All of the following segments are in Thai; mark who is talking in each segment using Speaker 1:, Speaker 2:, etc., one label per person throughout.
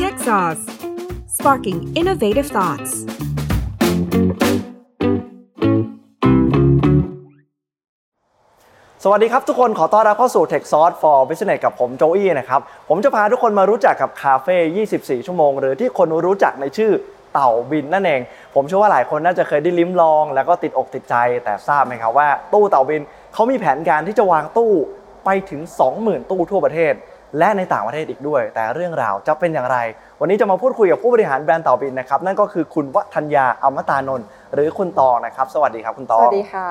Speaker 1: Jaws Sparking Innovative Thoughts
Speaker 2: สวัสดีครับทุกคนขอต้อนรับเข้าสู่ Tech Sauce for Business กับผมโจอี้นะครับ ผมจะพาทุกคนมารู้จักกับคาเฟ่ 24 ชั่วโมง หรือที่คนรู้จักในชื่อเต่าบินนั่นเอง ผมเชื่อว่าหลายคนน่าจะเคยได้ลิ้มลอง แล้วก็ติดอกติดใจแต่ทราบไหมครับว่าตู้เต่าบินเขามีแผนการที่จะวางตู้ไปถึง 20,000 ตู้ทั่วประเทศ และในต่างประเทศอีกด้วย แต่เรื่องราวจะเป็นอย่างไร วันนี้จะมาพูดคุยกับผู้บริหารแบรนด์เต่าบินนะครับนั่นก็คือคุณวัฒนยาอมตานนท์หรือคุณตองนะครับสวัสดีครับคุณตอง
Speaker 3: สวัสดีค่ะ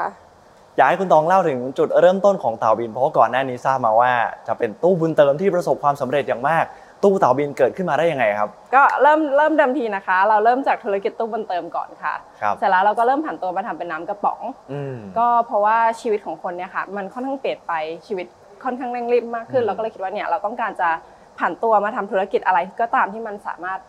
Speaker 2: อยากให้คุณตองเล่าถึงจุดเริ่มต้นของเต่าบิน เพราะว่าก่อนหน้านี้ทราบมาว่าจะเป็นตู้บุญเติมที่ประสบความสำเร็จอย่างมาก ตู้เต่าบินเกิดขึ้นมาได้ยังไงครับ
Speaker 3: ก็เริ่มเริ่มเดิมทีนะคะ เราเริ่มจากธุรกิจตู้บนเติมก่อนค่ะ
Speaker 2: ครับ
Speaker 3: เสร็จแล้วเราก็เริ่มผันตัวมาทำเป็นน้ำกระป๋อง
Speaker 2: อืม
Speaker 3: ก็เพราะว่าชีวิตของคนเนี่ยค่ะ มันค่อนข้างเปลี่ยนไปชีวิตค่อนข้างเร่งรีบมากขึ้
Speaker 2: อื
Speaker 3: น
Speaker 2: ม
Speaker 3: เราก็เลยคิดว่าเนี่ยเราต้องการจะผันตัวมาทำธุรกิจอะไรก็ตามที่มันสามารถ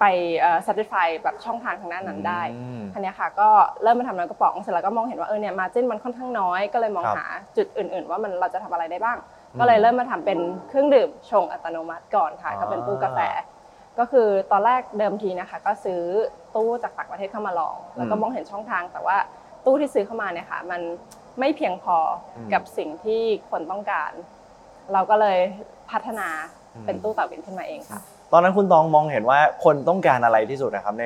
Speaker 3: ไปเอ่อ satisfy แบบช่องทางทางด้านนั้นได้
Speaker 2: อืม
Speaker 3: คันนี้ยค่ะ ก็เริ่มมาทำน้ำกระป๋องเสร็จแล้วก็มองเห็นว่าเออเนี่ยมาจิ้นมันค่อนข้างน้อยก็เลยมอง
Speaker 2: ครับ
Speaker 3: หาจุดอื่น ๆ ว่ามันเราจะทำอะไรได้บ้าง
Speaker 2: อืม
Speaker 3: ก็เลยเริ่มมาทำเป็นเครื่องดื่มชงอัตโนมัติก่อนค่ะ
Speaker 2: อ่า
Speaker 3: ก็เป็นตู้กาแฟ ก็คือตอนแรกเดิมทีนะคะ ก็ซื้อตู้จากต่างประเทศเข้ามาลอง แล้วก็มองเห็นช่องทางแต่ว่า ตู้ที่ซื้อเข้ามาเนี่ยค่ะมันไม่เพียงพออ
Speaker 2: ม
Speaker 3: กับสิ่งที่คนต้องการ เราก็เลยพัฒนา
Speaker 2: อืม
Speaker 3: เป็นตู้เต่าบินขึ้นมาเองค่ะ
Speaker 2: ตอนนั้นคุณตองมองเห็นว่าคนต้องการอะไรที่สุดนะครับ ใน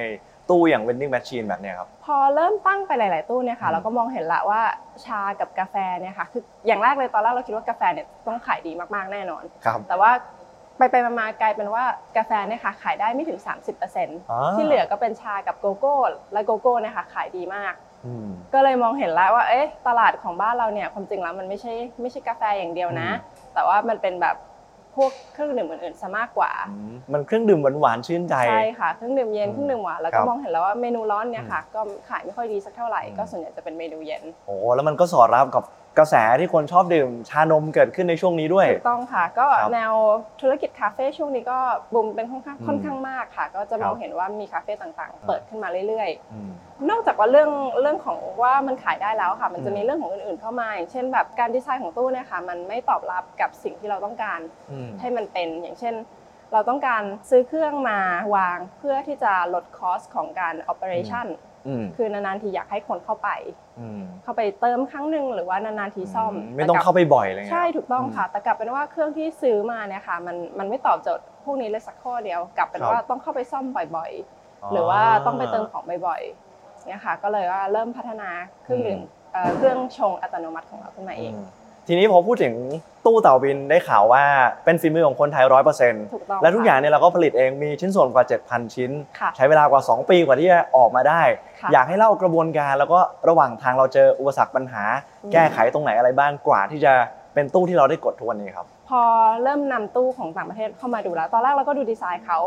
Speaker 2: ตู้อย่าง vending machine แบบเนี้ยครับ
Speaker 3: พอเริ่มตั้งไปหลาย ๆ ตู้เนี่ยค่ะ
Speaker 2: อืม
Speaker 3: เราก็มองเห็นละว่าชากับกาแฟเนี่ยค่ะคืออย่างแรกเลยตอนแรกเราคิดว่ากาแฟเนี่ยต้องขายดีมากๆแน่นอน
Speaker 2: ครับ
Speaker 3: แต่ว่าไปไปๆมาๆกลายเป็นว่ากาแฟเนี่ยค่ะขายได้ไม่ถึง
Speaker 2: อ่า
Speaker 3: 30%ที่เหลือก็เป็นชากับโกโก้และโกโก้เนี่ยค่ะขายดีมาก
Speaker 2: อืม
Speaker 3: ก็เลยมองเห็นแล้วว่า เอ๊ะ ตลาดของบ้านเราเนี่ย ความจริงแล้วมันไม่ใช่ไม่ใช่กาแฟอย่างเดียวนะ
Speaker 2: อื
Speaker 3: แต่ว่ามันเป็นแบบพวกเครื่องดื่มอื่นๆซะมากกว่า
Speaker 2: อืมมันเครื่องดื่มหวานๆชื่นใจ
Speaker 3: ใช่ค่ะ เครื่องดื่มเย็น
Speaker 2: อืม
Speaker 3: เครื่องดื่มหวาน แล้ว
Speaker 2: ครั
Speaker 3: ก็
Speaker 2: บ
Speaker 3: มองเห็นแล้วว่าเมนูร้อนเนี่ยค่ะ ก็ขายไม่ค่อยดีสักเท่าไหร่
Speaker 2: อืม
Speaker 3: ก็ส่วนใหญ่จะเป็นเมนูเย็น
Speaker 2: โอ้แล้วมันก็สอดรับกับกระแสที่คนชอบดื่มชานมเกิดขึ้นในช่วงนี้ด้วย
Speaker 3: ถูกต้องค่ะ ก็
Speaker 2: ครับ
Speaker 3: แนวธุรกิจคาเฟ่ช่วงนี้ก็บูมเป็นค่อนข้าง
Speaker 2: อืม
Speaker 3: ค่อนข้างมากค่ะ ก็จะมองเห็นว่ามีคาเฟ่ต่าง
Speaker 2: อ่า
Speaker 3: ๆ เปิดขึ้นมาเรื่อย ๆ
Speaker 2: อืม
Speaker 3: นอกจากว่าเรื่องเรื่องของว่ามันขายได้แล้วค่ะ มันจะ
Speaker 2: อืม
Speaker 3: มีเรื่องของอื่นๆเข้ามา อย่างเช่นแบบการดีไซน์ของตู้เนี่ยค่ะ มันไม่ตอบรับกับสิ่งที่เราต้องการ
Speaker 2: อืม
Speaker 3: ให้มันเป็น อย่างเช่น เราต้องการซื้อเครื่องมาวางเพื่อที่จะลดคอสของการ operation
Speaker 2: อืม
Speaker 3: คือนานๆทีอยากให้คนเข้าไป
Speaker 2: อืม
Speaker 3: เข้าไปเติมครั้งหนึ่งหรือว่านานๆทีซ่อม
Speaker 2: ไม่ต้องเข้าไปบ่อยอะไรเงี้ย
Speaker 3: ใช่ถูกต้องค่ะ แต่กลับเป็นว่าเครื่องที่ซื้อมาเนี่ยค่ะ มันมันไม่ตอบโจทย์พวกนี้เลยสักข้อเดียว กลับเป็น
Speaker 2: ครับ
Speaker 3: ว่าต้องเข้าไปซ่อมบ่อยๆ หรือว่าต้องไปเติมของบ่อยๆเนี่ยค่ะ ก็เลยว่าเริ่มพัฒนาเครื่องดื่มเอ่อเครื่องชงอัตโนมัติของเราขึ้นมาเอง
Speaker 2: มทีนี้พอพูดถึงตู้เต่าบินได้ข่าวว่าเป็นฝีมือของคนไทยร้อยเปอร์เซ็นต์
Speaker 3: ถูกต้อง
Speaker 2: และทุก
Speaker 3: ค่ะ
Speaker 2: อย่างเนี่ยเราก็ผลิตเองมีชิ้นส่วนกว่า 7,000 ชิ้น
Speaker 3: ค่ะ
Speaker 2: ใช้เวลากว่า 2 ปีกว่าที่จะออกมาได้
Speaker 3: ค่ะ
Speaker 2: อยากให้เล่ากระบวนการแล้วก็ระหว่างทางเราเจออุปสรรคปัญหา
Speaker 3: อืม
Speaker 2: แก้ไขตรงไหนอะไรบ้างกว่าที่จะเป็นตู้ที่เราได้กดทุกวันนี้ครับ
Speaker 3: พอเริ่มนำตู้ของต่างประเทศเข้ามาดูแล้ว ตอนแรกเราก็ดูดีไซน์เขา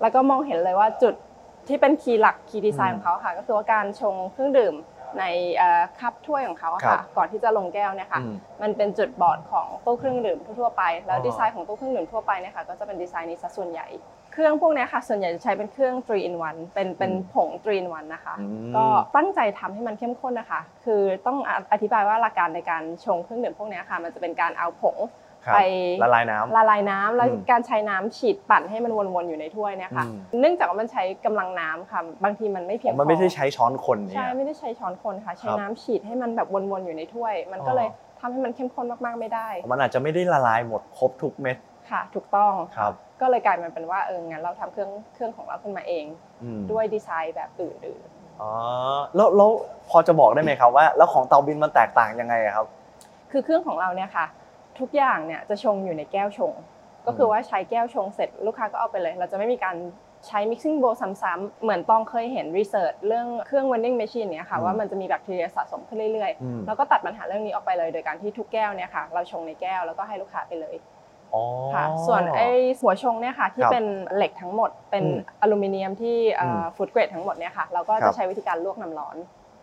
Speaker 3: แล้วก็มองเห็นเลยว่าจุดที่เป็นคีย์หลักคีย์ดีไซน์
Speaker 2: อืม
Speaker 3: ของเขาค่ะ ก็คือว่าการชงเครื่องดื่มในเอ่อคัพถ้วยของเขาอะ
Speaker 2: ครั
Speaker 3: ค่ะ
Speaker 2: บ
Speaker 3: ก่อนที่จะลงแก้วเนี่ยค่ะ
Speaker 2: อืม
Speaker 3: มันเป็นจุดบอดของตู้เครื่องดื่มทั่วๆไป แล้ว
Speaker 2: อ๋อ
Speaker 3: ดีไซน์ของตู้เครื่องดื่มทั่วไปเนี่ยค่ะก็จะเป็นดีไซน์นี้ซะส่วนใหญ่ เครื่องพวกเนี้ยค่ะ ส่วนใหญ่จะใช้เป็นเครื่อง 3 in 1เป็นเป็น
Speaker 2: อืม
Speaker 3: ผง 3 in 1นะคะ
Speaker 2: อืม
Speaker 3: ก็ตั้งใจทำให้มันเข้มข้นนะคะ คือต้องออธิบายว่าหลักการในการชงเครื่องดื่มพวกเนี้ยค่ะ มันจะเป็นการเอาผง
Speaker 2: ครับ
Speaker 3: ไป
Speaker 2: ละลายน้ำ
Speaker 3: ละลายน้ำแล้ว
Speaker 2: อืม
Speaker 3: การใช้น้ำฉีดปั่นให้มันวนๆอยู่ในถ้วยเนี่ยค่ะ
Speaker 2: อืม
Speaker 3: เนื่องจากว่ามันใช้กำลังน้ำค่ะ บางทีมันไม่เพียงพอ
Speaker 2: มันไม่ได้ใช้ช้อนคนเนี่
Speaker 3: ใช่
Speaker 2: ย
Speaker 3: ไม่ได้ใช้ช้อนคนค่ะ ใช้
Speaker 2: ครับ
Speaker 3: น้ำฉีดให้มันแบบวนๆอยู่ในถ้วย มัน
Speaker 2: อ๋อ
Speaker 3: ก็เลยทำให้มันเข้มข้นมากๆไม่ได้
Speaker 2: มันอาจจะไม่ได้ละลายหมดครบทุกเม็ด
Speaker 3: ค่ะ ถูกต้อง
Speaker 2: ครับ
Speaker 3: ก็เลยกลายมันเป็นว่าเอองั้นเราทำเครื่องเครื่องของเราขึ้นมาเอง
Speaker 2: อืม
Speaker 3: ด้วยดีไซน์แบบอื่น
Speaker 2: อ๋อแล้วแล้วพอจะบอกได้ไหมครับว่า แล้วของเตาบินมันแตกต่างยังไงอะครับ
Speaker 3: ๆคือเครื่องของเราเนี่ยค่ะ ทุกอย่างเนี่ยจะชงอยู่ในแก้วชง ก็คือว่าใช้แก้วชงเสร็จลูกค้าก็เอาไปเลย เราจะไม่มีการใช้ mixing bowl ซ้ำๆเหมือนตองเคยเห็นรีเสิร์ชเรื่องเครื่อง vending machine เนี่ยค่ะ
Speaker 2: อืม
Speaker 3: ว่ามันจะมีแบคทีเรียสะสมขึ้นเรื่อย
Speaker 2: อืม
Speaker 3: ๆแล้วก็ตัดปัญหาเรื่องนี้ออกไปเลยโดยการที่ทุกแก้วเนี่ยค่ะ เราชงในแก้วแล้วก็ให้ลูกค้าไปเลย
Speaker 2: อ๋อ
Speaker 3: ค่ะส่วนไอ้หัวชงเนี่ยค่ะที่
Speaker 2: ครับ
Speaker 3: เป็นเหล็กทั้งหมด เป็น
Speaker 2: อืม
Speaker 3: อลูมิเนียมที่เอ่ออ
Speaker 2: ม
Speaker 3: ฟูดเกรดทั้งหมดเนี่ยค่ะเราก็
Speaker 2: ครั
Speaker 3: จะ
Speaker 2: บ
Speaker 3: ใช้วิธีการลวกน้ำร้อน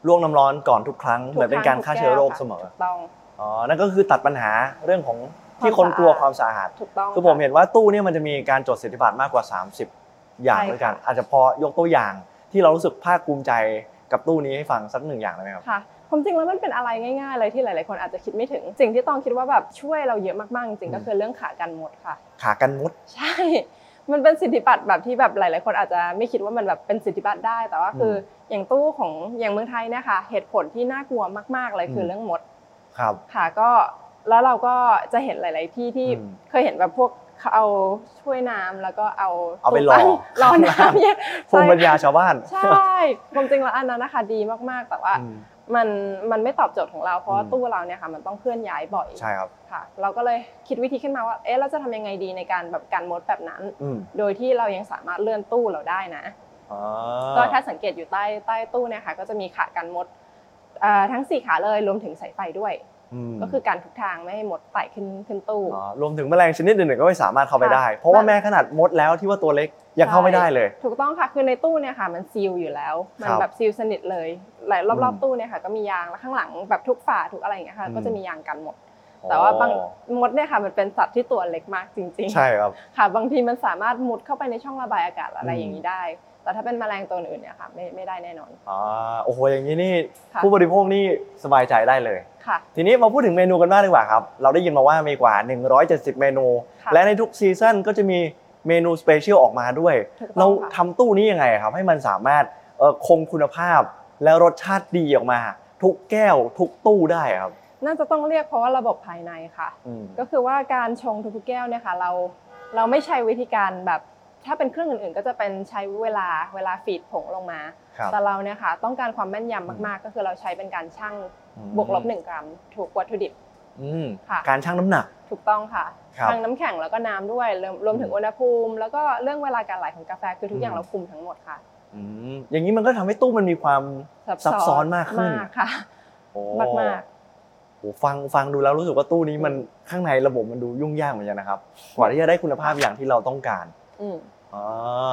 Speaker 2: ลวกน้ำร้อนก่อนทุกครั้ง เหมือนเป็นการ
Speaker 3: ทุ
Speaker 2: ฆ่าเชื้อโรคเสมอ
Speaker 3: ถูกต้อง
Speaker 2: อ๋อนั่นก็คือตัดปัญหาเรื่องของที่
Speaker 3: ค
Speaker 2: คน
Speaker 3: วาม
Speaker 2: กลัว
Speaker 3: สะอาด
Speaker 2: ความสะอาด
Speaker 3: ถูกต้อง
Speaker 2: คือผม
Speaker 3: ะ
Speaker 2: เห็นว่าตู้เนี่ยมันจะมีการจดสิทธิบัตรมากกว่า 30 อย่าง
Speaker 3: ใช่ค่ะ
Speaker 2: ด้วยกัน อาจจะพอยกตัวอย่างที่เรารู้สึกภาคภูมิใจกับตู้นี้ให้ฟังสักหนึ่งอย่างได้ไหมครับ
Speaker 3: ค่ะความจริงแล้วมันเป็นอะไรง่ายๆเลยที่หลายๆคนอาจจะคิดไม่ถึง สิ่งที่ต้องคิดว่าแบบช่วยเราเยอะมากๆจริง
Speaker 2: อืม
Speaker 3: ๆก็คือเรื่องขากันมดค่ะ
Speaker 2: ขากันมด
Speaker 3: ใช่ มันเป็นสิทธิบัตรแบบที่แบบหลาย ๆ คนอาจจะไม่คิดว่ามันแบบเป็นสิทธิบัตรได้ แต่ว่าคือออย่างตู้ของอย่างเมืองไทยเนี่ยค่ะเหตุผลที่น่ากลัวมาก ๆ เลยคื
Speaker 2: ม
Speaker 3: อเรื่องมด
Speaker 2: ครับ
Speaker 3: ค่ะก็แล้วเราก็จะเห็นหลาย ๆ ที่ที่
Speaker 2: อืม
Speaker 3: เคยเห็นแบบพวกเขาเอาช่วยน้ำแล้วก็เอา
Speaker 2: เอาไป
Speaker 3: ตู้ตั้ง
Speaker 2: รอ
Speaker 3: ร
Speaker 2: ข้างล่าง
Speaker 3: อน้ำเนี่ย
Speaker 2: ภูมิปัญญาชาวบ้าน
Speaker 3: ใช่ความจริงแล้วอันนั้นนะคะดีมาก ๆ แต่ว่า
Speaker 2: อืม
Speaker 3: มันมันไม่ตอบโจทย์ของเราเพราะว่า
Speaker 2: อืม
Speaker 3: ตู้เราเนี่ยค่ะมันต้องเคลื่อนย้ายบ่อย
Speaker 2: ใช่ครับ
Speaker 3: ค่ะ เราก็เลยคิดวิธีขึ้นมาว่าเอ๊ะเราจะทำยังไงดีในการแบบการมดแบบนั้น
Speaker 2: อืม
Speaker 3: โดยที่เรายังสามารถเลื่อนตู้เราได้นะ
Speaker 2: อ๋อ
Speaker 3: ก็ถ้าสังเกตอยู่ใต้ใต้ตู้เนี่ยค่ะก็จะมีขากันมดเอ่อทั้งสี่ขาเลยรวมถึงสายไฟด้วย
Speaker 2: ม
Speaker 3: ก็คือการทุกทางไม่ให้มดไต่ขึ้นขึ้นตู้
Speaker 2: อรวมถึงแมลงชนิดอื่นๆก็ไม่สามารถเข้าไปได้ เพราะว่าแม่ขนาดมดแล้วที่ว่าตัวเล็กยังเข้าไม่ได้เลย
Speaker 3: ถูกต้องค่ะคือในตู้เนี่ยค่ะมันซีลอยู่แล้ว มั
Speaker 2: ครับ
Speaker 3: แบบซีลสนิทเลยหลายรอบๆตู้เนี่ยค่ะก็มียางแล้วข้างหลังแบบทุกฝาทุกอะไรอย่างเงี้ยค่ะ
Speaker 2: อืม
Speaker 3: ก็จะมียางกันหมด แต่ว่าบาง
Speaker 2: อ๋อ
Speaker 3: มดเนี่ยค่ะมันเป็นสัตว์ที่ตัวเล็กมากจริง
Speaker 2: ใช่ครับ
Speaker 3: ๆค่ะ บางทีมันสามารถมุดเข้าไปในช่องระบายอากาศอะไรอย่างนี้ได้ แต่ถ้าเป็นแมลงตัวอื่นเนี่ยค่ะไม่ไม่ได้แน่นอน
Speaker 2: อ่าโอ้โหอย่างนี้นี่
Speaker 3: ค่ะ
Speaker 2: ผู้บริโภคนี่สบายใจได้เลย
Speaker 3: ค่ะ
Speaker 2: ทีนี้มาพูดถึงเมนูกันบ้างดีกว่าครับ เราได้ยินมาว่ามีกว่า 170 เมนู
Speaker 3: ค่ะ
Speaker 2: และในทุกซีซั่นก็จะมีเมนูสเปเชียลออกมาด้วย
Speaker 3: ถูกต้
Speaker 2: เรา
Speaker 3: องค่ะ
Speaker 2: ทำตู้นี้ยังไงครับ ให้มันสามารถเอ่อคงคุณภาพ และรสชาติดีออกมา ทุกแก้วทุกตู้ได้ครับ
Speaker 3: น่าจะต้องเรียกเพราะว่าระบบภายในค่ะ
Speaker 2: อืม
Speaker 3: ก็คือว่าการชงทุกๆแก้วเนี่ยค่ะเราเราไม่ใช้วิธีการแบบถ้าเป็นเครื่องอื่นๆ ก็จะเป็นใช้เวลาเวลาฟีดผงลงมา
Speaker 2: ครับ
Speaker 3: แต่เราเนี่ยค่ะต้องการความแม่นยำมากๆ ก็คือเราใช้เป็นการชั่ง
Speaker 2: อืม
Speaker 3: บวกลบ1กรัม ถูกวัตถุดิบ
Speaker 2: อืม
Speaker 3: ค่ะ
Speaker 2: การชั่งน้ำหนัก
Speaker 3: ถูกต้องค่ะ
Speaker 2: ครับ
Speaker 3: ทั้งน้ำแข็งแล้วก็น้ำด้วยรวมรวมถึง
Speaker 2: อืม
Speaker 3: อุณหภูมิ แล้วก็เรื่องเวลาการไหลของกาแฟคือทุ
Speaker 2: อื
Speaker 3: ก
Speaker 2: ม
Speaker 3: อย่างเราคุมทั้งหมดค่ะ
Speaker 2: อืมอย่างนี้มันก็ทำให้ตู้มันมีความ ซับซ้อนมากขึ้น
Speaker 3: มากค่ะ
Speaker 2: โอ้
Speaker 3: มากมาก
Speaker 2: โหฟังฟังดูแล้วรู้สึกว่าตู้นี้มันข้างในระบบมันดูยุ่งยากเหมือนกันนะครับกว่าที่จะได้คุณภาพอย่างที่เราต้องการ
Speaker 3: อืม
Speaker 2: อ่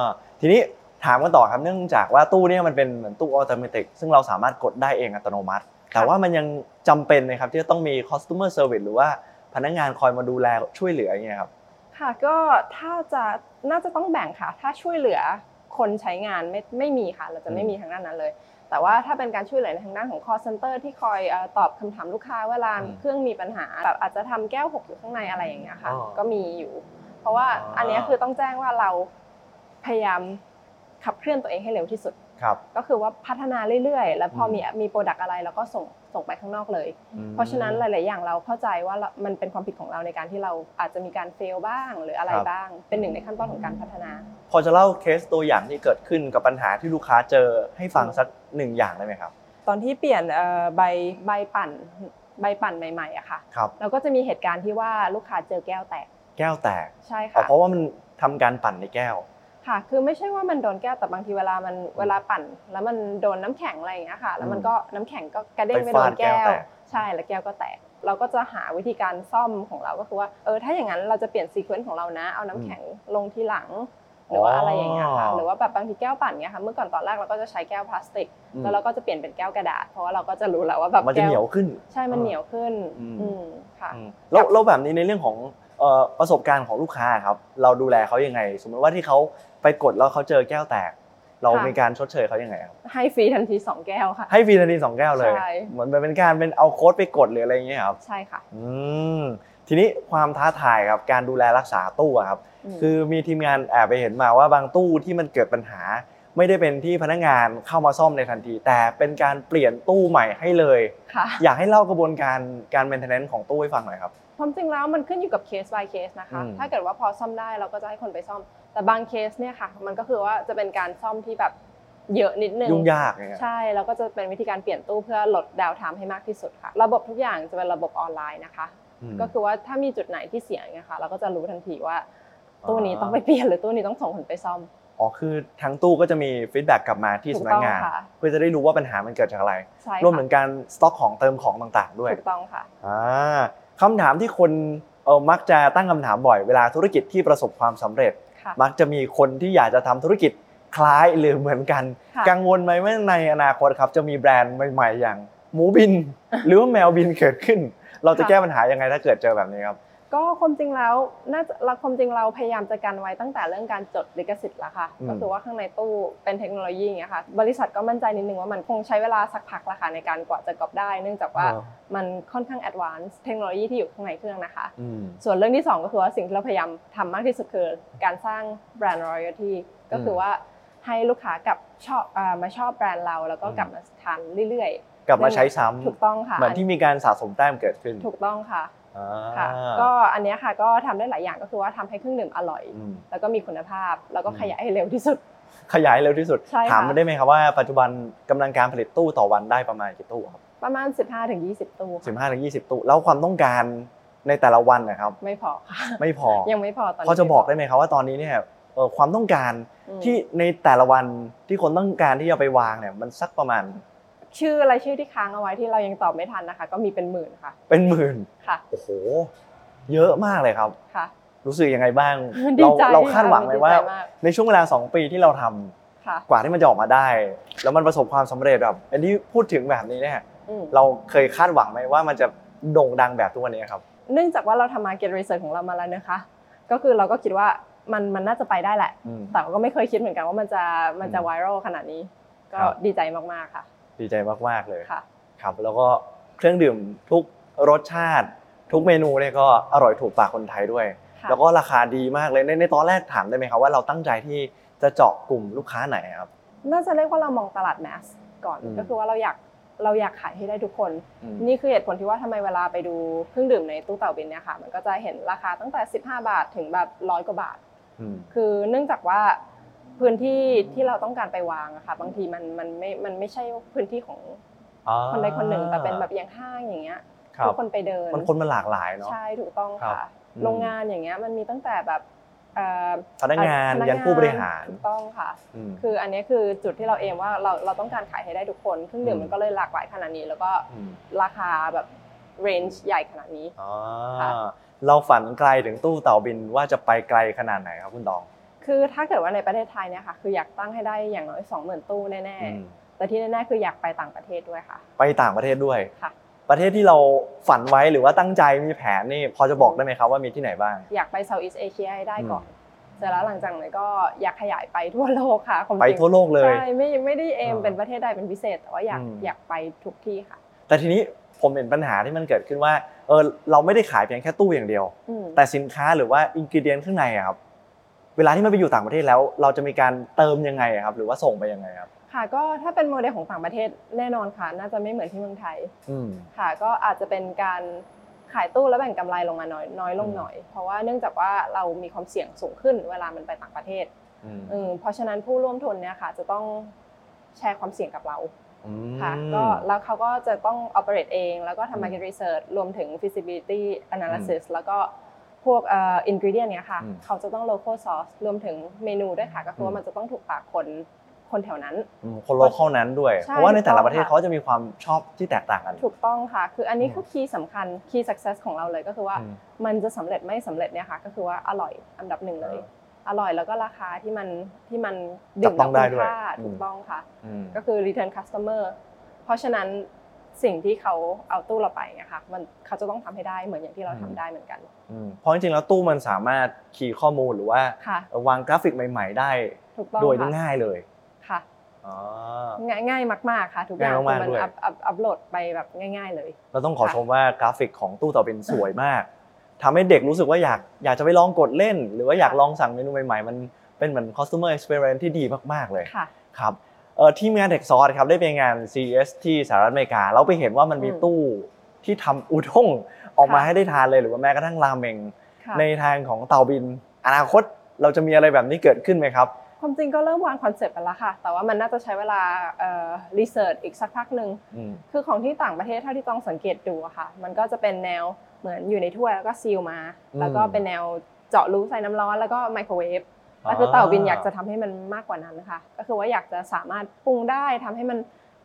Speaker 2: าทีนี้ถามกันต่อครับเนื่องจากว่าตู้เนี่ยมันเป็นเหมือนตู้ออโตเมติกซึ่งเราสามารถกดได้เองอัตโนมัติ แต่ว่ามันยังจำเป็นนะครับที่จะต้องมี customer service หรือว่าพนักงานคอยมาดูแลช่วยเหลืออย่างเงี้ยครับ
Speaker 3: ค่ะก็ถ้าจะน่าจะต้องแบ่งค่ะ ถ้าช่วยเหลือคนใช้งานไม่ไม่มีค่ะ เราจะไม่มีทางด้านนั้นเลย แต่ว่าถ้าเป็นการช่วยเหลือในทางด้านของ call center ที่คอยเอ่อตอบคำถามลูกค้าเวลา
Speaker 2: อืม
Speaker 3: เครื่องมีปัญหาแบบอาจจะทำแก้วหกอยู่ข้างในอะไรอย่างเงี้ยค่ะ
Speaker 2: อ๋อ
Speaker 3: ก็มีอยู่ เพราะว่า
Speaker 2: อ๋ออั
Speaker 3: อันเนี้ยคือต้องแจ้งว่าเราพยายามขับเคลื่อนตัวเองให้เร็วที่สุด
Speaker 2: ครับ
Speaker 3: ก็คือว่าพัฒนาเรื่อยๆ แล้วพออ
Speaker 2: ม
Speaker 3: มีมีโปรดักต์อะไรเราก็ส่งส่งไปข้างนอกเลย เพราะฉะนั้นหลาย ๆ อย่างเราเข้าใจว่าเรามันเป็นความผิดของเราในการที่เราอาจจะมีการเฟลบ้างหรืออะไร
Speaker 2: ครับ
Speaker 3: บ้าง เป็นหนึ่งในขั้นตอนของการพัฒนา
Speaker 2: พอจะเล่าเคสตัวอย่างที่เกิดขึ้นกับปัญหาที่ลูกค้าเจอให้ฟังสักหนึ่งอย่างได้ไหมครับ
Speaker 3: ตอนที่เปลี่ยนเอ่อใบใบปั่นใบปั่นใหม่ ๆอะค่ะ
Speaker 2: ครับ
Speaker 3: เราก็จะมีเหตุการณ์ที่ว่าลูกค้าเจอแก้วแตก
Speaker 2: แก้วแตก
Speaker 3: ใช่
Speaker 2: อ๋อ
Speaker 3: ค่ะ
Speaker 2: เพราะว่ามันทำการปั่นในแก้ว
Speaker 3: ค่ะ คือไม่ใช่ว่ามันโดนแก้วแต่บางทีเวลามันเวลาปั่น แล้วมันโดนน้ำแข็งอะไรอย่างเงี้ยค่ะ แล้วมันก็น้ำแข็งก็กระเด้งไป
Speaker 2: ไป
Speaker 3: โด
Speaker 2: ฟาด
Speaker 3: นแก้
Speaker 2: แก้ว
Speaker 3: ว
Speaker 2: แตก
Speaker 3: ใช่แล้วแก้วก็แตก เราก็จะหาวิธีการซ่อมของเราก็คือว่าเออถ้าอย่างนั้นเราจะเปลี่ยนซีเควนต์ของเรานะ เอาน้ำแข็งลงทีหลัง หรือว่าอะไรอย่างเงี้ยค่ะ
Speaker 2: อ๋อ
Speaker 3: หรือว่าแบบบางทีแก้วปั่นเงี้ยค่ะเมื่อก่อนตอนแรกเราก็จะใช้แก้วพลาสติก
Speaker 2: อืม
Speaker 3: แล้วเราก็จะเปลี่ยนเป็นแก้วกระดาษ เพราะว่าเราก็จะรู้แล้วว่าแบบ
Speaker 2: มันจะ
Speaker 3: แก้
Speaker 2: เหนียวขึ้น
Speaker 3: ใช่มันเหนียวขึ้น
Speaker 2: อืม
Speaker 3: อืมค่ะ
Speaker 2: อืมแล้วแล้วแบบนี้ในเรื่องของเอ่อประสบการณ์ของลูกค้าครับ เราดูแลเขายังไง สมมติว่าที่เขาไปกดแล้วเขาเจอแก้วแตก เรา
Speaker 3: ค่ะ
Speaker 2: มีการชดเชยเขายังไงครับ
Speaker 3: ให้ฟรีทันทีสองแก้วค่ะ
Speaker 2: ให้ฟรีทันทีสองแก้วเลย
Speaker 3: ใช่
Speaker 2: เหมือนเป็นการเป็นเอาโค้ดไปกดหรืออะไรอย่างเงี้ยครับ
Speaker 3: ใช่ค่ะ
Speaker 2: อืมทีนี้ความท้าทายครับการดูแลรักษาตู้อะครับ
Speaker 3: ม
Speaker 2: คือมีทีมงานแอบไปเห็นมาว่าบางตู้ที่มันเกิดปัญหา ไม่ได้เป็นที่พนักงานเข้ามาซ่อมในทันที แต่เป็นการเปลี่ยนตู้ใหม่ให้เลย
Speaker 3: ค่ะ
Speaker 2: อยากให้เล่ากระบวนการการ maintenance ของตู้ให้ฟังหน่อยครับ
Speaker 3: ความจริงแล้วมันขึ้นอยู่กับเคส by เคสนะคะ
Speaker 2: อืม
Speaker 3: ถ้าเกิดว่าพอซ่อมได้เราก็จะให้คนไปซ่อม แต่บางเคสเนี่ยค่ะ มันก็คือว่าจะเป็นการซ่อมที่แบบเยอะนิดนึง
Speaker 2: ยุ่งยากเนี่ย
Speaker 3: ใช่แล้วก็จะเป็นวิธีการเปลี่ยนตู้เพื่อลดดาวน์ไทม์ให้มากที่สุดค่ะ ระบบทุกอย่างจะเป็นระบบออนไลน์นะคะ
Speaker 2: ม
Speaker 3: ก็คือว่าถ้ามีจุดไหนที่เสียเนี่ยค่ะ เราก็จะรู้ทันทีว่าตู้นี้ต้องไปเปลี่ยนหรือตู้นี้ต้องส่งคนไปซ่อม
Speaker 2: อ๋อ คือทั้งตู้ก็จะมีฟีดแบ็กกลับมาที่
Speaker 3: ถูก
Speaker 2: สำนั
Speaker 3: ต้
Speaker 2: ก
Speaker 3: อง
Speaker 2: งาน
Speaker 3: ค่ะ
Speaker 2: เพื่อจะได้รู้ว่าปัญหามันเกิดจากอะไร
Speaker 3: ใช่ค่ะ
Speaker 2: รวมถึงการสต็อกของเติมของต่างๆ ด้วย
Speaker 3: ถูกต้องค่ะ
Speaker 2: อ่าคำถามที่คนเออมักจะตั้งคำถามบ่อย เวลาธุรกิจที่ประสบความสำเร็จ
Speaker 3: ค่ะ
Speaker 2: มักจะมีคนที่อยากจะทำธุรกิจคล้ายหรือเหมือนกัน
Speaker 3: ค่ะ
Speaker 2: กังวลไหมว่าในอนาคตครับจะมีแบรนด์ให ม่ๆ อย่างหมูบิน หรือว่าแมวบินเกิดขึ้น เราจะ
Speaker 3: ค่ะ
Speaker 2: แก้ปัญหายังไงถ้าเกิดเจอแบบนี้ครับ
Speaker 3: ก็ความจริงแล้วน่าจะเราความจริงเราพยายามจะกันไว้ตั้งแต่เรื่องการจดลิขสิทธิ์ละค่ะ
Speaker 2: อืม
Speaker 3: ก็คือว่าข้างในตู้เป็นเทคโนโลยีอย่างเงี้ยค่ะ บริษัทก็มั่นใจนิดนึงว่ามันคงใช้เวลาสักพักละค่ะในการกว่าจะกรอบได้ เนื่องจากว่ามันค่อนข้างแอดวานซ์เทคโนโลยีที่อยู่ข้างในเครื่องนะคะ
Speaker 2: อืม
Speaker 3: ส่วนเรื่องที่สองก็คือว่าสิ่งที่เราพยายามทำมากที่สุดคือการสร้างแบรนด์รอยัลที่ก็คือว่าให้ลูกค้ากลับชอบอ่ามาชอบแบรนด์เรา แล้วก็กลับมาทานเรื่อยๆ
Speaker 2: กลับมาใช้ซ้ำ
Speaker 3: ถูกต้องค่ะ
Speaker 2: เหมือนที่มีการสะสมแต้มเกิดขึ้น
Speaker 3: ถูกต้องค่ะ
Speaker 2: อ่า
Speaker 3: ค่ะก็อันเนี้ยค่ะก็ทำได้หลายอย่างก็คือว่าทำให้เครื่องดื่มอร่อย
Speaker 2: อืม
Speaker 3: แล้วก็มีคุณภาพ แล้วก็
Speaker 2: อืม
Speaker 3: ขยายให้เร็วที่สุด
Speaker 2: ขยายเร็วที่สุด
Speaker 3: ใช่ค่ะ
Speaker 2: ถามมาได้ไหมครับว่าปัจจุบันกำลังการผลิตตู้ต่อวันได้ประมาณกี่ตู้ครับ
Speaker 3: ประมาณ 15-20 ตู้
Speaker 2: สิ
Speaker 3: ค่ะ
Speaker 2: บห้าถึงยี่สิบตู้ แล้วความต้องการในแต่ละวัน นะครับ
Speaker 3: ไม่พอค่ะ
Speaker 2: ไม่พอ
Speaker 3: ยังไม่พอตอน
Speaker 2: พ
Speaker 3: นี้
Speaker 2: อจะบอกได้ไหมครับว่าตอนนี้เนี่ยเอ่อความต้องการ
Speaker 3: อืม
Speaker 2: ที่ในแต่ละวันที่คนต้องการที่จะไปวางเนี่ยมันสักประมาณ
Speaker 3: ชื่ออะไรชื่อที่ค้างเอาไว้ที่เรายังตอบไม่ทันนะคะ ก็มีเป็นหมื่นค่ะ
Speaker 2: เป็นหมื่น
Speaker 3: ค่ะ
Speaker 2: โอ้โห เยอะมากเลยครับ
Speaker 3: ค่ะ
Speaker 2: รู้สึกยังไง บ้าง
Speaker 3: ดี
Speaker 2: เรา
Speaker 3: ใจ
Speaker 2: เราคาดหวัง
Speaker 3: ค่ะ
Speaker 2: ไหมว่า
Speaker 3: ดีใจมาก
Speaker 2: ในช่วงเวลา 2 ปีที่เราทำ
Speaker 3: ค่ะ
Speaker 2: กว่าที่มันจะออกมาได้ แล้วมันประสบความสำเร็จแบบ อันนี้พูดถึงแบบนี้เนี่ย
Speaker 3: อืม
Speaker 2: เราเคยคาดหวังไหมว่ามันจะโด่งดังแบบทุกวันนี้ครับ
Speaker 3: เนื่องจากว่าเราทำมาเก็ตรีเสิร์ชของเรามาแล้วนะคะ ก็คือเราก็คิดว่ามันมันน่าจะไปได้แหละ
Speaker 2: อืม
Speaker 3: แต่ก็ไม่เคยคิดเหมือนกันว่ามันจะมันจะ
Speaker 2: อืม
Speaker 3: ไวรัลขนาดนี้ ก็
Speaker 2: ครับ
Speaker 3: ดีใจมากๆค่ะ
Speaker 2: ดีใจมากๆเลย
Speaker 3: ค่ะ
Speaker 2: ครับ แล้วก็เครื่องดื่มทุกรสชาติ ทุกเมนูเนี่ยก็อร่อยถูกปากคนไทยด้วย
Speaker 3: ค่ะ
Speaker 2: แล้วก็ราคาดีมากเลยในในตอนแรกถามได้ไหมครับว่าเราตั้งใจที่จะเจาะกลุ่มลูกค้าไหนครับ
Speaker 3: น่าจะเรียกว่าเรามองตลาดแมสก่อน
Speaker 2: อืม
Speaker 3: ก็คือว่าเราอยากเราอยากขายให้ได้ทุกคน
Speaker 2: อืม
Speaker 3: นี่คือเหตุผลที่ว่าทำไมเวลาไปดูเครื่องดื่มในตู้เต่าบินเนี่ยค่ะ มันก็จะเห็นราคาตั้งแต่ 15 บาทถึงแบบร้อยกว่าบาท
Speaker 2: อืม
Speaker 3: คือเนื่องจากว่าพื้นที่ที่เราต้องการไปวางอะค่ะ บางทีมันมันไม่มันไม่ใช่พื้นที่ของคนใดคนหนึ่งแต่เป็นแบบอย่างห้างอย่างเงี้ย
Speaker 2: รับ
Speaker 3: ทุกคนไปเดิน
Speaker 2: มันคนมันหลากหลายเนาะ
Speaker 3: ใช่ถูกต้อง
Speaker 2: ครั
Speaker 3: ค่ะ
Speaker 2: บอืม
Speaker 3: โรงงานอย่างเงี้ยมันมีตั้งแต่แบบเอ่อ
Speaker 2: พนักงาน
Speaker 3: พก
Speaker 2: ยันผู้บริหาร
Speaker 3: ถูกต้องค่ะ
Speaker 2: อืม
Speaker 3: คืออันนี้คือจุดที่เราเองว่าเราเราต้องการขายให้ได้ทุกคนเครื่องดื่
Speaker 2: อื
Speaker 3: ม
Speaker 2: ม
Speaker 3: มันก็เลยหลากหลายขนาดนี้ แล้วก็
Speaker 2: ม
Speaker 3: ราคาแบบเรนจ์ใหญ่ขนาดนี้
Speaker 2: อ๋อ
Speaker 3: ค่ะ
Speaker 2: เราฝันไกลถึงตู้เต่าบินว่าจะไปไกลขนาดไหนครับคุณตอง
Speaker 3: คือถ้าเกิดว่าในประเทศไทยเนี่ยค่ะคืออยากตั้งให้ได้อย่างน้อย 20,000 ตู้แน่
Speaker 2: อืม
Speaker 3: ๆ แต่ที่แน่ๆคืออยากไปต่างประเทศด้วยค่ะ
Speaker 2: ไปต่างประเทศด้วย
Speaker 3: ค่ะ
Speaker 2: ประเทศที่เราฝันไว้หรือว่าตั้งใจมีแผนนี่พอจะบอกได้ไหมครับว่ามีที่ไหนบ้าง
Speaker 3: อยากไปเซาท์อีสเอเชียให้ได้ก่อนเสร็จแล้วหลังจากนั้นก็อยากขยายไปทั่วโลกค่ะความจ
Speaker 2: ไป
Speaker 3: ริง
Speaker 2: ทั่วโลกเลย
Speaker 3: ใช่ไม่ไม่ได้เอม
Speaker 2: อ่า
Speaker 3: เป็นประเทศใดเป็นพิเศษ แต่ว่าอยาก
Speaker 2: อืม
Speaker 3: อยากไปทุกที่ค่ะ
Speaker 2: แต่ทีนี้ผมเห็นปัญหาที่มันเกิดขึ้นว่าเออเราไม่ได้ขายเพียงแค่ตู้อย่างเดียว
Speaker 3: อืม
Speaker 2: แต่สินค้าหรือว่าอินกิเดียนข้างในอะครับเวลาที่มันไปอยู่ต่างประเทศแล้ว เราจะมีการเติมยังไงอะครับ หรือว่าส่งไปยังไงครับ
Speaker 3: ค่ะก็ถ้าเป็นโมเดลของต่างประเทศแน่นอนค่ะ น่าจะไม่เหมือนที่เมืองไทย
Speaker 2: อืม
Speaker 3: ค่ะก็อาจจะเป็นการขายตู้แล้วแบ่งกำไรลงมาน้อยน้อยลง
Speaker 2: อืม
Speaker 3: หน่อย เพราะว่าเนื่องจากว่าเรามีความเสี่ยงสูงขึ้นเวลามันไปต่างประเทศ
Speaker 2: อืม
Speaker 3: เออเพราะฉะนั้นผู้ร่วมทุนเนี่ยค่ะจะต้องแชร์ความเสี่ยงกับเรา
Speaker 2: อืม
Speaker 3: ค่ะก็แล้วเขาก็จะต้อง operate เอง แล้วก็
Speaker 2: อืม
Speaker 3: ทำ market research รวมถึง feasibility analysis แล้วก็พวกเอ่อ ingredient เนี่ยค่ะ
Speaker 2: อืม
Speaker 3: เขาจะต้อง local source รวมถึงเมนูด้วยค่ะก็คือ
Speaker 2: อื
Speaker 3: ว่าม มันจะต้องถูกปากคนคนแถวนั้น
Speaker 2: อืมคนโลเคอลนั้นด้วย
Speaker 3: ใช่
Speaker 2: เพราะว่าในแต่ละประเทศ
Speaker 3: ถูกต้
Speaker 2: เขา
Speaker 3: องค่ะ
Speaker 2: จะมีความชอบที่แตกต่างกัน
Speaker 3: ถูกต้องค่ะ คืออันนี้คือคีย์สำคัญ key success ของเราเลยก็คือว่า
Speaker 2: อืม
Speaker 3: มันจะสำเร็จไม่สำเร็จเนี่ยค่ะก็คือว่าอร่อยอันดับหนึ่งเลย
Speaker 2: เออ
Speaker 3: อร่อยแล้วก็ราคาที่มันที่มัน
Speaker 2: จับต้องได้
Speaker 3: แล้ว
Speaker 2: ด้วย
Speaker 3: คุ้มค่า
Speaker 2: อืม
Speaker 3: ถูกต้องค่ะ
Speaker 2: อืม
Speaker 3: ก็คือ return customer เพราะฉะนั้นสิ่งที่เขาเอาตู้เราไปเนี่ยค่ะมันเขาจะต้องทำให้ได้เหมือนอย่างที่เราทำได้เหมือนกัน
Speaker 2: อืมเพราะจริงๆแล้วตู้มันสามารถขี่ข้อมูลหรือว่า
Speaker 3: ค่ะ
Speaker 2: วางกราฟิกใหม่ ๆ ได้
Speaker 3: ถูกต้อง
Speaker 2: โดย
Speaker 3: ค่ะ
Speaker 2: ง่ายเลย
Speaker 3: ค่ะ
Speaker 2: อ๋อ
Speaker 3: ง่ายง่ายมาก ๆค่ะ ทุกอย่าง
Speaker 2: ง่ายมากๆ
Speaker 3: มั
Speaker 2: ด้วย
Speaker 3: อัพอัพอัพโหลดไปแบบง่าย ๆ เลย
Speaker 2: เราต้องขอ
Speaker 3: ค่ะ
Speaker 2: ชมว่ากราฟิกของตู้ต่อเป็นสวยมากทำให้เด็กรู้สึกว่าอยากอยากจะไปลองกดเล่น หรือว่าอยาก
Speaker 3: ค่ะ
Speaker 2: ลองสั่งเมนูใหม่ๆ มันเป็นเหมือน customer experience ที่ดีมากๆเลย
Speaker 3: ค่ะ
Speaker 2: ครับเอ่อทีมงานเด็กซอสครับได้ไปงาน CES ที่สหรัฐอเมริกา เราไปเห็นว่ามันมี
Speaker 3: อืม
Speaker 2: ตู้ที่ทำอุด้งออกมา
Speaker 3: ค่ะ
Speaker 2: ให้ได้ทานเลยหรือว่าแม้กระทั่งราเมง
Speaker 3: ค่ะ
Speaker 2: ในทางของเตาบิน อนาคตเราจะมีอะไรแบบนี้เกิดขึ้นไหมครับ
Speaker 3: ความจริงก็เริ่มวางคอนเซปต์ไปแล้วค่ะ แต่ว่ามันน่าจะใช้เวลาเอ่อรีเสิร์ชอีกสักพักหนึ่ง
Speaker 2: อืม
Speaker 3: คือของที่ต่างประเทศเท่าที่ต้องสังเกตดูอะค่ะ มันก็จะเป็นแนวเหมือนอยู่ในถ้วยแล้วก็ซีลมา
Speaker 2: อืม
Speaker 3: แล้วก็เป็นแนวเจาะรูใส่น้ำร้อนแล้วก็ไมโครเวฟแล้วคือเต่าบินอยากจะทำให้มันมากกว่านั้นนะคะก็คือว่าอยากจะสามารถปรุงได้ทำให้มัน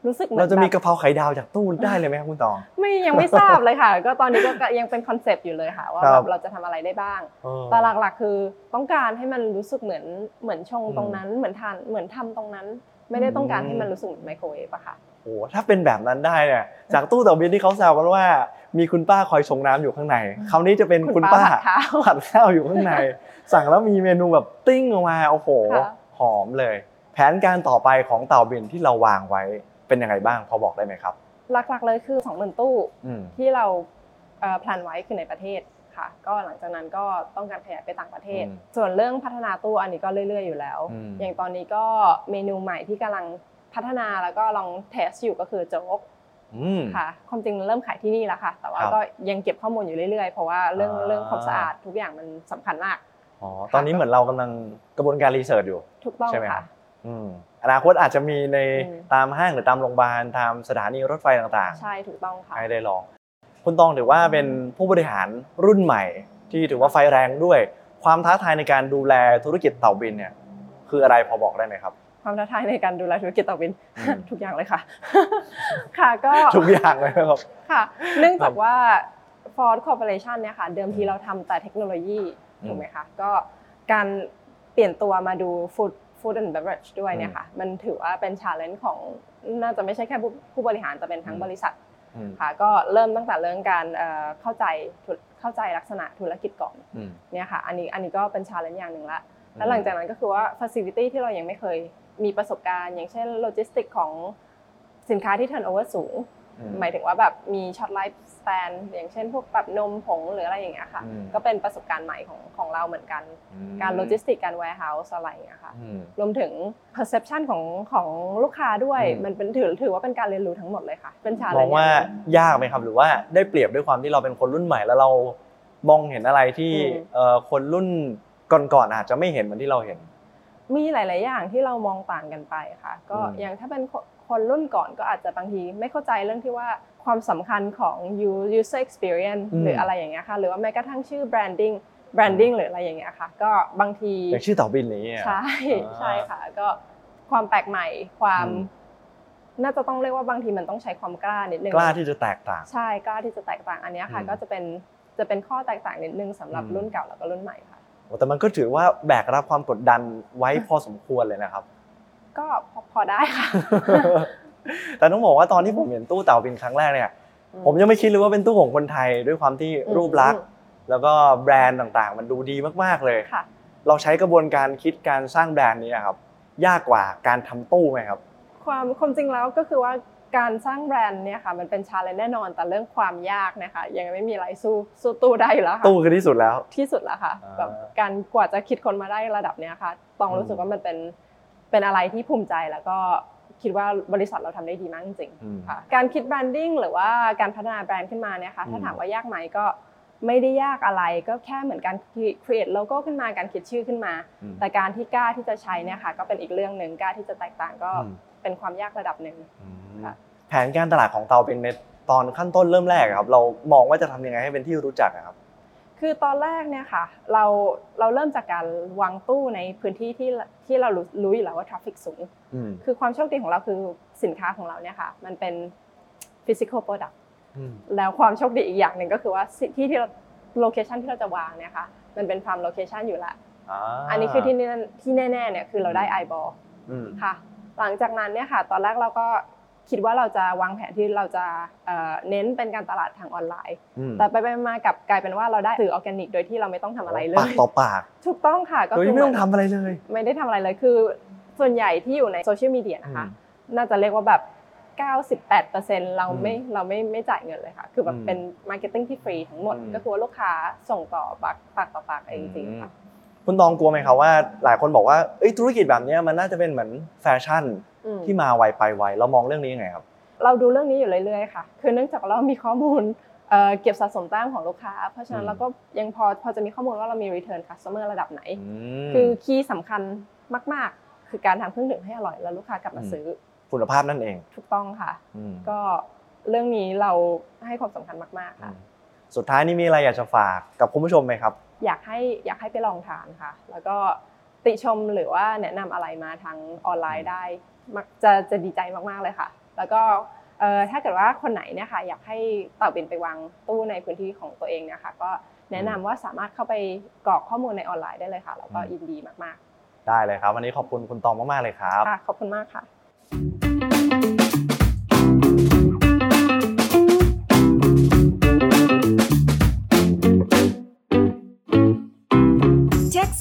Speaker 3: รู้สึกเหมือน
Speaker 2: เราจะมีก
Speaker 3: แบบ
Speaker 2: ระเพราไข่ดาวจากตู้ได้เลยไหมครับคุณตอง
Speaker 3: ไม่ยังไม่ทราบเลยค่ะ ก็ตอนนี้ก็ยังเป็นคอนเซปต์อยู่เลยค่ะ ว่า
Speaker 2: ค
Speaker 3: แบ
Speaker 2: รับบ
Speaker 3: เราจะทำอะไรได้บ้าง
Speaker 2: เออ
Speaker 3: แต่หลักๆคือต้องการให้มันรู้สึกเหมือนเหมือนชงตรงนั้น เหมือนทานเหมือนทำตรงนั้น ไม่ได้ต้องการให้มันรู้สึกเหมือนไมโครเวฟอะค่ะ
Speaker 2: โอ้ถ้าเป็นแบบนั้นได้เนี่ยจากตู้เต่าบินที่เขาแซวกันว่า มีคุณป้าคอยชงน้ำอยู่ข้างในคราวนี้จะเป็นคุณป้า
Speaker 3: ผัดข้าว
Speaker 2: ผัดข้าวอยู่ข้างใน สั่งแล้วมีเมนูแบบติ้งออกมาโอ้โห
Speaker 3: ค่ะ
Speaker 2: หอมเลย แผนการต่อไปของเต่าบินที่เราวางไว้เป็นยังไงบ้างพอบอกได้ไหมครับ
Speaker 3: หลักๆเลยคือ20,000ตู้
Speaker 2: อืม
Speaker 3: ที่เราเอ่อแพลนไว้คือในประเทศค่ะ ก็หลังจากนั้นก็ต้องการขยายไปต่างประเทศ
Speaker 2: อืม
Speaker 3: ส่วนเรื่องพัฒนาตู้อันนี้ก็เรื่อยๆอยู่แล้ว
Speaker 2: อืม
Speaker 3: อย่างตอนนี้ก็เมนูใหม่ที่กำลังพัฒนาแล้วก็ลองเทสอยู่ก็คือโจ๊ก
Speaker 2: อืม
Speaker 3: ค่ะ ความจริงเริ่มขายที่นี่แล้วค่ะ แต่ว่า
Speaker 2: ครับ
Speaker 3: ก็ยังเก็บข้อมูลอยู่เรื่อยๆ เพราะว่าเรื่อง
Speaker 2: อ่า
Speaker 3: เรื่องความสะอาดทุกอย่างมันสำคัญมาก
Speaker 2: อ๋อตอนนี้เหมือนเรากำลังกระบวนการรีเสิร์ชอยู่
Speaker 3: ถูกต้อง
Speaker 2: ใช่ไหมครั
Speaker 3: ค่ะ
Speaker 2: บ อืมอนาคตอาจจะมีใน
Speaker 3: อืม
Speaker 2: ตามห้างหรือตามโรงพยาบาลตามสถานีรถไฟต่างๆ
Speaker 3: ใช่ถูกต้องค่ะ
Speaker 2: ให้ได้ลอง คุณตองถือว่าเป็นผู้บริหารรุ่นใหม่ ที่ถือว่าไฟแรงด้วย ความท้าทายในการดูแลธุรกิจเต่าบินเนี่ยคืออะไรพอบอกได้ไหมครับ
Speaker 3: ความท้าทายในการดูแลธุรกิจต่อวิน
Speaker 2: อืม
Speaker 3: ทุกอย่างเลยค่ะ ค่ะก็
Speaker 2: ทุกอย่างเลยนะครับ
Speaker 3: ค่ะ เนื่องจากว่า Ford Corporation เนี่ยค่ะ เดิมทีเราทำแต่เทคโนโลยี
Speaker 2: อืม
Speaker 3: ถูกไหมคะ ก็การเปลี่ยนตัวมาดู Food Food and Beverage ด้วยเนี่ยค่ะ มันถือว่าเป็นชาเลนจ์ของน่าจะไม่ใช่แค่ผู้ผู้บริหารแต่เป็นทั้ง
Speaker 2: อืม
Speaker 3: บริษัท
Speaker 2: อืม
Speaker 3: ค่ะ ก็เริ่มตั้งแต่เรื่องการเอ่อเข้าใจธุรเข้าใจลักษณะธุรกิจก่อน
Speaker 2: อืม
Speaker 3: เนี่ยค่ะ อันนี้อันนี้ก็เป็นชาเลนจ์อย่างหนึ่งละ แล้วหลังจากนั้นก็คือว่าฟั c i l i t y ที่เรายังไม่เคยมีประสบการณ์ อย่างเช่นโลจิสติกของสินค้าที่ turnover สูง
Speaker 2: อืม
Speaker 3: หมายถึงว่าแบบมีช็อตไลฟ์สแตนอย่างเช่นพวกแบบนมผงหรืออะไรอย่างเงี้ยค่ะ
Speaker 2: อืม
Speaker 3: ก็เป็นประสบการณ์ใหม่ของของเราเหมือนกัน
Speaker 2: อืม
Speaker 3: การโลจิสติกการ warehouse อะไรอย่างเงี้ยค่ะ
Speaker 2: อืม
Speaker 3: รวมถึง perception ของของลูกค้าด้วย
Speaker 2: อืม
Speaker 3: มันเป็นถือถือว่าเป็นการเรียนรู้ทั้งหมดเลยค่ะ เป็นชาเล
Speaker 2: มอน ง
Speaker 3: จ์
Speaker 2: ว่ายากไหมครับ หรือว่าได้เปรียบด้วยความที่เราเป็นคนรุ่นใหม่แล้วเรามองเห็นอะไรที่เอ่อคนรุ่นก่อนๆอาจจะไม่เห็นเหมือนที่เราเห็น
Speaker 3: มีหลาย ๆ อย่างที่เรามองต่างกันไปค่ะ ก็
Speaker 2: อืม
Speaker 3: อย่างถ้าเป็นคนคนรุ่นก่อนก็อาจจะบางทีไม่เข้าใจเรื่องที่ว่าความสำคัญของ u- user experience หรืออะไรอย่างเงี้ยค่ะ หรือว่าแม้กระทั่งชื่อ branding branding หรืออะไรอย่างเงี้ยค่ะ ก็บางที
Speaker 2: อย่างชื่อเต่าบินอะไรอย่างเงี้ย
Speaker 3: ใช่
Speaker 2: อ่า
Speaker 3: ใช่ค่ะ ก็ความแปลกใหม่ความ
Speaker 2: อืม
Speaker 3: น่าจะต้องเรียกว่าบางทีมันต้องใช้ความกล้านิดนึง
Speaker 2: กล้าที่จะแตกต่าง
Speaker 3: ใช่กล้าที่จะแตกต่างอันเนี้ยค่ะ
Speaker 2: อืม
Speaker 3: ก็จะเป็นจะเป็นข้อแตกต่างนิดนึงสำหรับ
Speaker 2: อืม
Speaker 3: รุ่นเก่าแล้วก็รุ่นใหม่ค่ะ
Speaker 2: โอ้แต่มันก็ถือว่าแบกรับความกดดันไว้พอสมควรเลย นะครับ
Speaker 3: ก็พอพอได้ค่ะ
Speaker 2: แต่ต้องบอกว่าตอนที่ผมเห็นตู้เต่าบินครั้งแรกเนี่ย ผมยังไม่คิดเลยว่าเป็นตู้ของคนไทยด้วยความที่
Speaker 3: อื ม
Speaker 2: รูปลักษณ์
Speaker 3: อืม
Speaker 2: แล้วก็แบรนด์ต่างๆ มันดูดีมากๆเลย
Speaker 3: ค่ะ
Speaker 2: เราใช้กระบวนการคิดการสร้างแบรนด์นี้ครับ ยากกว่าการทำตู้ไหมครับ
Speaker 3: ความความจริงแล้วก็คือว่าการสร้างแบรนด์เนี่ยค่ะ มันเป็นชาเลนจ์แน่นอนแต่เรื่องความยากนะคะ ยังไม่มีอะไรสู้สู้ตู้ได้อยู่แล้วค่ะ
Speaker 2: ตู้คือที่สุดแล้ว
Speaker 3: ที่สุดแล้วค่ะ
Speaker 2: อ่า
Speaker 3: แบบการกว่าจะคิดคนมาได้ระดับเนี้ยค่ะตอง
Speaker 2: อืม
Speaker 3: รู้สึกว่ามันเป็นเป็นอะไรที่ภูมิใจแล้วก็คิดว่าบริษัทเราทำได้ดีมากจริง
Speaker 2: อืม
Speaker 3: ๆค่ะการคิดแบรนดิ้งหรือว่าการพัฒนาแบรนด์ขึ้นมาเนี่ยค่ะถ้า
Speaker 2: อืม
Speaker 3: ถามว่ายากไหมก็ไม่ได้ยากอะไรก็แค่เหมือนการครีเอทโลโก้ขึ้นมาการคิดชื่อขึ้นมา
Speaker 2: อืม
Speaker 3: แต่การที่กล้าที่จะใช้เนี่ยค่ะก็เป็นอีกเรื่องหนึ่งกล้าที่จะแตกต่างก็
Speaker 2: อืม
Speaker 3: เป็นความยากระดับหนึ่ง
Speaker 2: อืม
Speaker 3: ค่ะ
Speaker 2: แผนการตลาดของเตาเป็นในตอนขั้นต้นเริ่มแรกอะครับ เรามองว่าจะทำยังไงให้เป็นที่รู้จักอะครับ
Speaker 3: คือตอนแรกเนี่ยค่ะ เราเราเริ่มจากการวางตู้ในพื้นที่ที่ที่เรารู้รู้อยู่แล้วว่าทราฟฟิกสูง
Speaker 2: อืม
Speaker 3: คือความโชคดีของเราคือสินค้าของเราเนี่ยค่ะ มันเป็นฟิสิกอลโปรดักต์
Speaker 2: อืม
Speaker 3: แล้วความโชคดีอีกอย่างหนึ่งก็คือว่าสิที่ที่เราโลเคชันที่เราจะวางเนี่ยค่ะ มันเป็นฟาร์มโลเคชันอยู่ละ
Speaker 2: า
Speaker 3: อันนี้คือที่แน่ที่แน่ๆเนี่ยคือเราได้ไอบอล
Speaker 2: อืม
Speaker 3: ค่ะหลังจากนั้นเนี่ยค่ะ ตอนแรกเราก็คิดว่าเราจะวางแผนที่เราจะเอ่อเน้นเป็นการตลาดทางออนไลน์
Speaker 2: อืม
Speaker 3: แต่ไปไปมากลับกลายเป็นว่าเราได้สื่อออร์แกนิก โดยที่เราไม่ต้องทำอะไรเล
Speaker 2: ปาก
Speaker 3: ย
Speaker 2: ต่อปาก
Speaker 3: ถูกต้องค่ะก็
Speaker 2: โดย
Speaker 3: คื
Speaker 2: ที่ไม่ต้องทำอะไรเลย
Speaker 3: ไม่ได้ทำอะไรเลยคือส่วนใหญ่ที่อยู่ในโซเชียลมีเดียนะคะ น่าจะเรียกว่าแบบ 98%เราไม่เราไม่ไม่จ่ายเงินเลยค่ะ คือแบบ
Speaker 2: อืม
Speaker 3: เป็นมาร์เก็ตติ้งที่ฟรีทั้งหมด
Speaker 2: อืม
Speaker 3: ก็คือว่าลูกค้าส่งต่อปากปากต่อปากเองจริงๆค่ะ
Speaker 2: คุณตองกลัวไหมครับว่า หลายคนบอกว่าเอ้ยธุรกิจแบบเนี้ยมันน่าจะเป็นเหมือนแฟชั่น
Speaker 3: อืม
Speaker 2: ที่มาไวไปไวเรามองเรื่องนี้ยังไงครับ
Speaker 3: เราดูเรื่องนี้อยู่เรื่อยๆค่ะ คือเนื่องจากเรามีข้อมูลเอ่อเก็บสะสมแต้มของลูกค้า เพราะฉะนั้
Speaker 2: อื
Speaker 3: น
Speaker 2: ม
Speaker 3: เราก็ยังพอพอจะมีข้อมูลว่าเรามี return customer ระดับไหน
Speaker 2: อืม
Speaker 3: คือคีย์สำคัญมาก ๆ คือการทำเครื่องดื่มให้อร่อยแล้วลูกค้ากลับมาซื้อ
Speaker 2: คุณภาพนั่นเอง
Speaker 3: ถูกต้องค่ะ
Speaker 2: อืม
Speaker 3: ก็เรื่องนี้เราให้ความสำคัญมาก ๆ
Speaker 2: อื
Speaker 3: ค่ะ
Speaker 2: มสุดท้ายนี่มีอะไรอยากจะฝากกับคุณผู้ชมไหมครับ
Speaker 3: อยากให้อยากให้ไปลองทานค่ะ แล้วก็ติชมหรือว่าแนะนำอะไรมาทางออนไลน์ได้มักจะจะดีใจมากๆเลยค่ะ แล้วก็เอ่อถ้าเกิดว่าคนไหนเนี่ยค่ะอยากให้เต่าบินไปวางตู้ในพื้นที่ของตัวเองเนะคะก็แนะนำว่าสามารถเข้าไปกรอกข้อมูลในออนไลน์ได้เลยค่ะแล้วก็
Speaker 2: อืม
Speaker 3: ยินดีมาก
Speaker 2: ได้เลยครับ วันนี้ขอบคุณคุณตองมากๆเลยครับ
Speaker 3: ๆค่ะขอบคุณมากค่ะ